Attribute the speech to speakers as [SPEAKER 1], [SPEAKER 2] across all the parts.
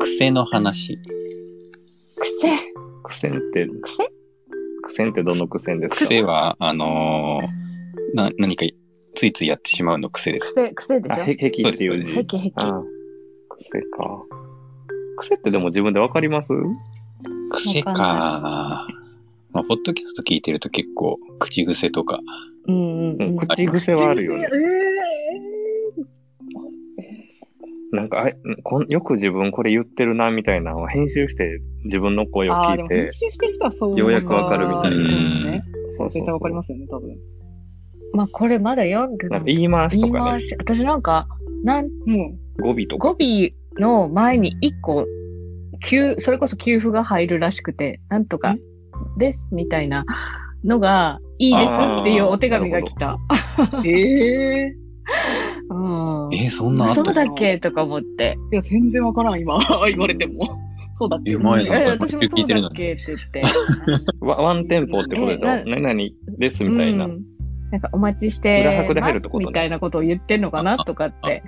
[SPEAKER 1] 癖の話。
[SPEAKER 2] 癖
[SPEAKER 3] 苦戦って、
[SPEAKER 2] 癖
[SPEAKER 3] 苦戦ってどの苦戦ですか
[SPEAKER 1] 癖は、あのーな、何かついついやってしまうの癖です。
[SPEAKER 2] 癖癖で
[SPEAKER 3] あ、
[SPEAKER 2] しょ
[SPEAKER 3] へ癖って
[SPEAKER 1] そ
[SPEAKER 3] いう
[SPEAKER 1] う
[SPEAKER 3] 字。
[SPEAKER 1] です
[SPEAKER 2] へきへき。
[SPEAKER 3] あ癖か。癖ってでも自分でわかります
[SPEAKER 1] 癖か
[SPEAKER 2] わ
[SPEAKER 1] まあ、ポッドキャスト聞いてると結構、口癖とか。
[SPEAKER 2] うんうんうん。
[SPEAKER 3] 口癖はあるよね
[SPEAKER 2] 口。癖
[SPEAKER 3] なんかあこん、よく自分これ言ってるなみたいなのを編集して自分の声
[SPEAKER 2] えー
[SPEAKER 3] を
[SPEAKER 2] あー、で
[SPEAKER 3] 聞い
[SPEAKER 2] も
[SPEAKER 3] て
[SPEAKER 2] 編、集してる人はそう
[SPEAKER 3] ようやくわかるみた
[SPEAKER 2] そ
[SPEAKER 3] いな
[SPEAKER 2] うですね
[SPEAKER 3] そうそうそう
[SPEAKER 4] 絶対わかりますよね、多分。
[SPEAKER 2] まあこれまだ読んでな
[SPEAKER 3] なん
[SPEAKER 2] い
[SPEAKER 3] か言い回し
[SPEAKER 2] 言
[SPEAKER 3] と
[SPEAKER 2] い
[SPEAKER 3] か
[SPEAKER 2] 回
[SPEAKER 3] ね、
[SPEAKER 2] し、私なんか、なん
[SPEAKER 4] うん。
[SPEAKER 3] 語尾と
[SPEAKER 2] 語
[SPEAKER 3] か。
[SPEAKER 2] 尾の前に1個、給それこそ給付が入るらしくて、なんとかですみたいなのが、いいですっていうお手紙が来た。
[SPEAKER 4] ええ
[SPEAKER 2] うん。
[SPEAKER 1] えーそんなんあった
[SPEAKER 2] そう
[SPEAKER 1] の
[SPEAKER 2] だっけとか思って。
[SPEAKER 4] いや、全然わからん、今。言われても。そうだっけ
[SPEAKER 1] え、前さん
[SPEAKER 2] え
[SPEAKER 1] が
[SPEAKER 2] 私も
[SPEAKER 1] 聞
[SPEAKER 2] そ
[SPEAKER 1] いうてる
[SPEAKER 2] だっ
[SPEAKER 1] の
[SPEAKER 2] け
[SPEAKER 1] に。
[SPEAKER 2] って言って。
[SPEAKER 3] ワワンテンポってことでしょ
[SPEAKER 2] えな
[SPEAKER 3] 何々です みたいな
[SPEAKER 2] う。んなんかお待ちし
[SPEAKER 3] 裏
[SPEAKER 2] て
[SPEAKER 3] 拍で
[SPEAKER 2] ま
[SPEAKER 3] 入
[SPEAKER 2] す
[SPEAKER 3] るってことね
[SPEAKER 2] みたいなことを言ってんのかなとかって。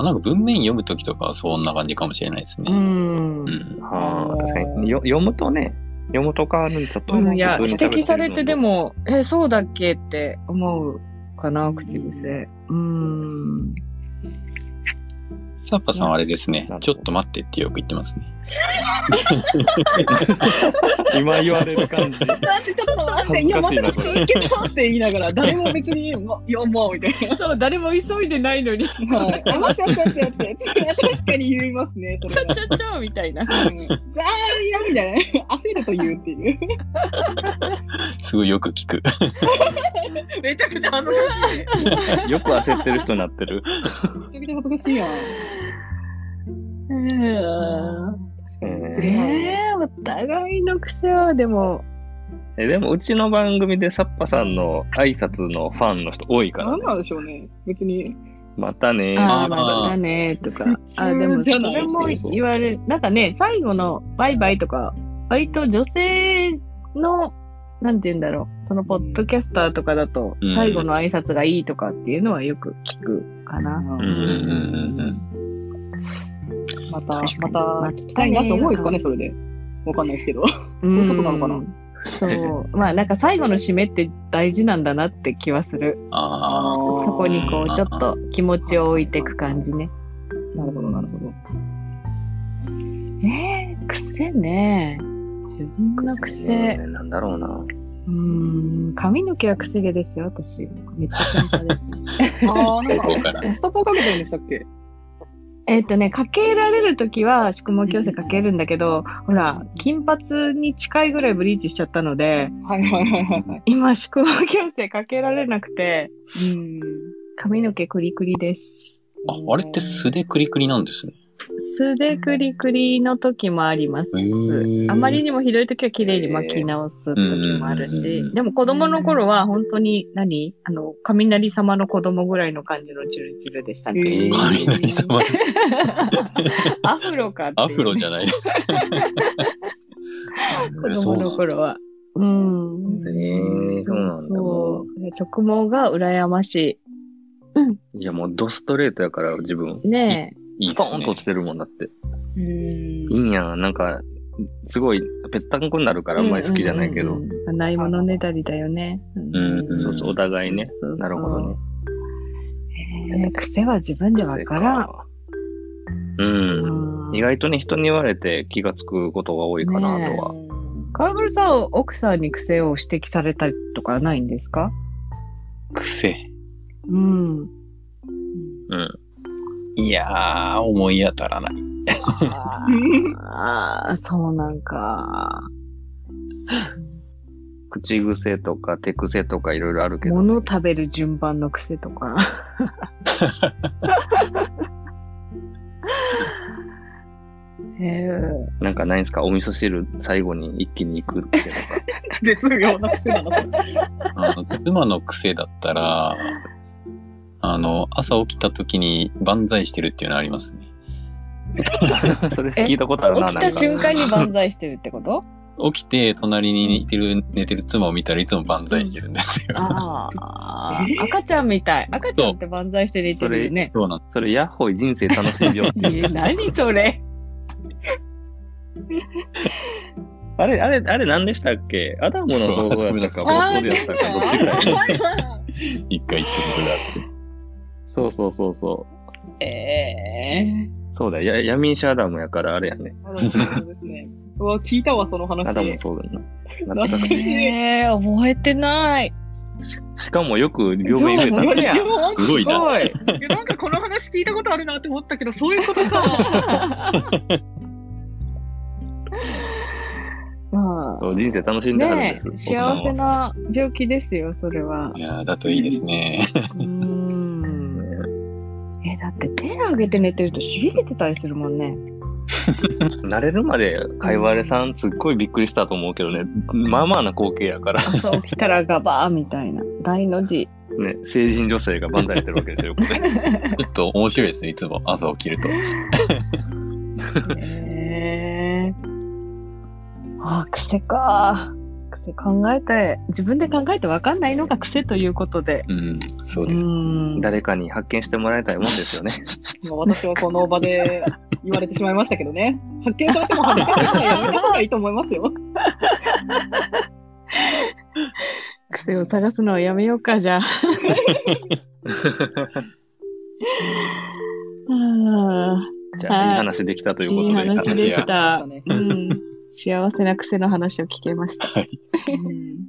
[SPEAKER 1] あなんか文面読むときとかはそんな感じかもしれないです
[SPEAKER 2] う
[SPEAKER 1] ね。
[SPEAKER 2] ん
[SPEAKER 1] うん。。
[SPEAKER 3] は
[SPEAKER 4] あ
[SPEAKER 3] あ、
[SPEAKER 4] ー
[SPEAKER 3] 確かに。よ読むとね、読むと変わるんちょっと。
[SPEAKER 2] うんいや、
[SPEAKER 3] 普
[SPEAKER 2] 指
[SPEAKER 3] 通に
[SPEAKER 2] 摘されてで
[SPEAKER 3] 喋るのと。
[SPEAKER 2] も、え、そうだっけって思うかな、口癖。うーん。
[SPEAKER 1] サッパさんはあれですね
[SPEAKER 3] なるほ。ど
[SPEAKER 1] ちょっと待ってってよく言ってますね。
[SPEAKER 3] 今言われる感じ。
[SPEAKER 4] 待って、ちょっと待って、
[SPEAKER 3] 恥
[SPEAKER 4] い
[SPEAKER 3] ず
[SPEAKER 4] や、
[SPEAKER 3] か
[SPEAKER 4] ま
[SPEAKER 3] しい
[SPEAKER 4] た
[SPEAKER 3] な
[SPEAKER 4] 続けたって言いなが ら、誰も別に、ま、いや、まあ、みたい
[SPEAKER 2] そう、誰も急いでないのに、ち
[SPEAKER 4] な。はい。あ、待って、待って、待って。確かに言います ね、そ
[SPEAKER 2] ょ
[SPEAKER 4] れ
[SPEAKER 2] ちょちょみたいな。
[SPEAKER 4] は。うんじゃあ、いや、みたいな。 焦ると言うっていう。
[SPEAKER 1] すごいよく聞く。
[SPEAKER 4] めちゃくちゃ恥ずかしい。
[SPEAKER 3] よく焦ってる人になってる。
[SPEAKER 4] めちゃくちゃ恥ずかしいやん。
[SPEAKER 3] うん
[SPEAKER 2] えー、お互いの癖は、でも、
[SPEAKER 3] えでも、うちの番組でサッパさんの挨拶のファンの人多いから、
[SPEAKER 4] なん
[SPEAKER 3] ね、
[SPEAKER 4] なんでしょうね。別に。
[SPEAKER 3] またねー
[SPEAKER 2] あ
[SPEAKER 1] あ
[SPEAKER 2] ー、
[SPEAKER 1] ー
[SPEAKER 2] まあだね、とか。あー、で
[SPEAKER 4] 普
[SPEAKER 2] も、
[SPEAKER 4] 通じ
[SPEAKER 2] そ
[SPEAKER 4] ゃない
[SPEAKER 2] れも言われる。なんかね、最後のバイバイとか、割と女性の、なんて言うんだろう、そのポッドキャスターとかだと
[SPEAKER 1] う、ん
[SPEAKER 2] 最後の挨拶がいいとかっていうのはよく聞くかな。
[SPEAKER 3] うんうんうん
[SPEAKER 4] また、ま
[SPEAKER 1] 確かに
[SPEAKER 4] た聞きたいなと思うんですかね、それで。わかんないですけど。
[SPEAKER 2] そう
[SPEAKER 4] いうことなのかな
[SPEAKER 2] そう。まあなんか最後の締めって大事なんだなって気はする。
[SPEAKER 1] ああ。
[SPEAKER 2] そこにこうちょっと気持ちを置いていく感じね。
[SPEAKER 4] なるほど、なるほど。
[SPEAKER 2] えー、癖ね。自分の癖。
[SPEAKER 3] うんなんだろうな。
[SPEAKER 2] うーん、髪の毛は癖毛ですよ、私。めっちゃ喧嘩です。
[SPEAKER 4] ああ、なん
[SPEAKER 1] 高校
[SPEAKER 4] か、
[SPEAKER 1] から。
[SPEAKER 4] ストッパーかけてるんでしたっけ
[SPEAKER 2] えっとね、かけられるときは宿毛矯正かけるんだけど、ほら、金髪に近いぐらいブリーチしちゃったので、
[SPEAKER 4] はいはいはいはい。
[SPEAKER 2] 今宿毛矯正かけられなくて、
[SPEAKER 4] うん。
[SPEAKER 2] 髪の毛クリクリです。
[SPEAKER 1] あ、あれって素でクリクリなんですね。
[SPEAKER 2] 素でくりくりの時もあります。
[SPEAKER 1] へー
[SPEAKER 2] あまりにもひどい時は綺麗に巻き直す時もある
[SPEAKER 1] へ
[SPEAKER 2] し
[SPEAKER 1] ー、
[SPEAKER 2] でも子供の頃は本当に何あの、雷様の子供ぐらいの感じのチュルチュルでしたね。
[SPEAKER 4] へー
[SPEAKER 1] 雷様。
[SPEAKER 2] アフロかっていう
[SPEAKER 1] アフロじゃないですか。 そうな
[SPEAKER 2] 子供の
[SPEAKER 1] んだ
[SPEAKER 2] 頃は。うん。
[SPEAKER 3] えーそうなんだ
[SPEAKER 2] そう。直毛が羨まし
[SPEAKER 3] いや、もうドストレートやから、自分。
[SPEAKER 2] い。ね
[SPEAKER 1] いいっ
[SPEAKER 3] スコ
[SPEAKER 1] す
[SPEAKER 3] ーン
[SPEAKER 1] ね
[SPEAKER 3] と。落ちてるもんだって。
[SPEAKER 4] うん
[SPEAKER 3] いいんやん。なんか、すごい、ぺったんこになるか
[SPEAKER 2] え。
[SPEAKER 3] ら、あんまり好きじゃないけど。
[SPEAKER 2] うんうんうん。ないものねだりだよね。
[SPEAKER 1] うんうん
[SPEAKER 3] そうそう、お互いね。
[SPEAKER 2] そうそう
[SPEAKER 3] なるほどね。
[SPEAKER 2] えー癖は自分でわからん。
[SPEAKER 3] うん。
[SPEAKER 2] うん
[SPEAKER 3] 意外とね、人に言われて気がつくことが多いかな、
[SPEAKER 2] ねえ
[SPEAKER 3] とは。
[SPEAKER 2] 川村さん、奥さんに癖を指摘されたりとかないんですか
[SPEAKER 1] 癖。
[SPEAKER 2] うん。
[SPEAKER 3] うん。
[SPEAKER 1] いやー、思い当たらない。
[SPEAKER 2] ああ、そうなんか。
[SPEAKER 3] 口癖とか手癖とかいろいろあるけど。
[SPEAKER 2] 物食べる順番の癖と か。へえ
[SPEAKER 3] なんかないんすかお味噌汁最後に一気に行くっていうのが。
[SPEAKER 4] 絶妙な癖な の。
[SPEAKER 1] あの妻の癖だったら、あの、朝起きた時に万歳してるっていうのありますね。
[SPEAKER 3] それ聞いたことあるな、なん
[SPEAKER 2] 起き
[SPEAKER 3] か。
[SPEAKER 2] た瞬間に万歳してるってこと
[SPEAKER 1] 起きて、隣に寝てる、寝てる妻を見たらいつも万歳してるんですよ。
[SPEAKER 2] ああ
[SPEAKER 4] え、
[SPEAKER 2] 赤ちゃんみたい。赤ちゃんって万歳して寝てるよね。
[SPEAKER 1] そうなん
[SPEAKER 3] それ、ヤッホイ人生楽しいよ。
[SPEAKER 2] えー、何それ
[SPEAKER 3] あれ、あれ、あれ何でしたっけアダムの総合やったか、ボ
[SPEAKER 4] あ
[SPEAKER 3] ス
[SPEAKER 4] ー
[SPEAKER 3] でやったか、どっちかやった
[SPEAKER 4] あ
[SPEAKER 1] 一回言ったことがあって。
[SPEAKER 3] そうそうそうそう。
[SPEAKER 4] ーええ
[SPEAKER 3] そうだよ、や闇医者アダムやからあれやね。
[SPEAKER 4] ー。そうですね。うわ、聞いたわ、その話。
[SPEAKER 3] アダムもそうだよな。なったか
[SPEAKER 4] 懐かしい
[SPEAKER 2] えー、覚えてない。
[SPEAKER 3] しかもよく両面言えた
[SPEAKER 2] そうな
[SPEAKER 3] な
[SPEAKER 2] んや
[SPEAKER 4] いやもうなんか
[SPEAKER 1] すごいな。
[SPEAKER 4] いやなんかこの話聞いたことあるなって思ったけど、そういうこと か。
[SPEAKER 2] ま
[SPEAKER 3] そう人生楽し
[SPEAKER 2] あ、
[SPEAKER 3] んではる
[SPEAKER 2] ね
[SPEAKER 3] んです。
[SPEAKER 2] え幸せな病気ですよ、それは。
[SPEAKER 1] いやーだといいですね。
[SPEAKER 2] うーん。
[SPEAKER 3] 僕は
[SPEAKER 2] え、だって手上げて寝てるとしびれてたりするもんね。
[SPEAKER 3] 慣れるまで、かいわれさん、すっごいびっくりしたと思うけどね、まあまあな光景やから、
[SPEAKER 2] 朝起きたらガバーみたいな。大の字。
[SPEAKER 3] ね、成人女性が万歳してるわけ ですよ、これ。
[SPEAKER 1] ちょっと面白いですね、いつも朝起きると。
[SPEAKER 2] えー。あー、癖か。癖考えて、自分で考えて分かんないのが癖ということで。
[SPEAKER 1] うん、そう
[SPEAKER 2] う
[SPEAKER 1] です。
[SPEAKER 2] ん。
[SPEAKER 3] 誰かに発見してもらいたいもんですよね。
[SPEAKER 4] まあ私はこの場で言われてしまいましたけどね。発見されても恥ずかしいからやめた方がいいと思いますよ。
[SPEAKER 2] 癖を探すのはやめようか、じ ゃあ。 うん
[SPEAKER 3] じゃあ、いい話できたというこ
[SPEAKER 2] いい
[SPEAKER 3] とで、
[SPEAKER 2] 話で
[SPEAKER 1] いい話
[SPEAKER 2] し
[SPEAKER 1] や
[SPEAKER 2] た
[SPEAKER 4] そう。で
[SPEAKER 2] うん、幸せな癖の話を聞けました。
[SPEAKER 1] はい。
[SPEAKER 4] うん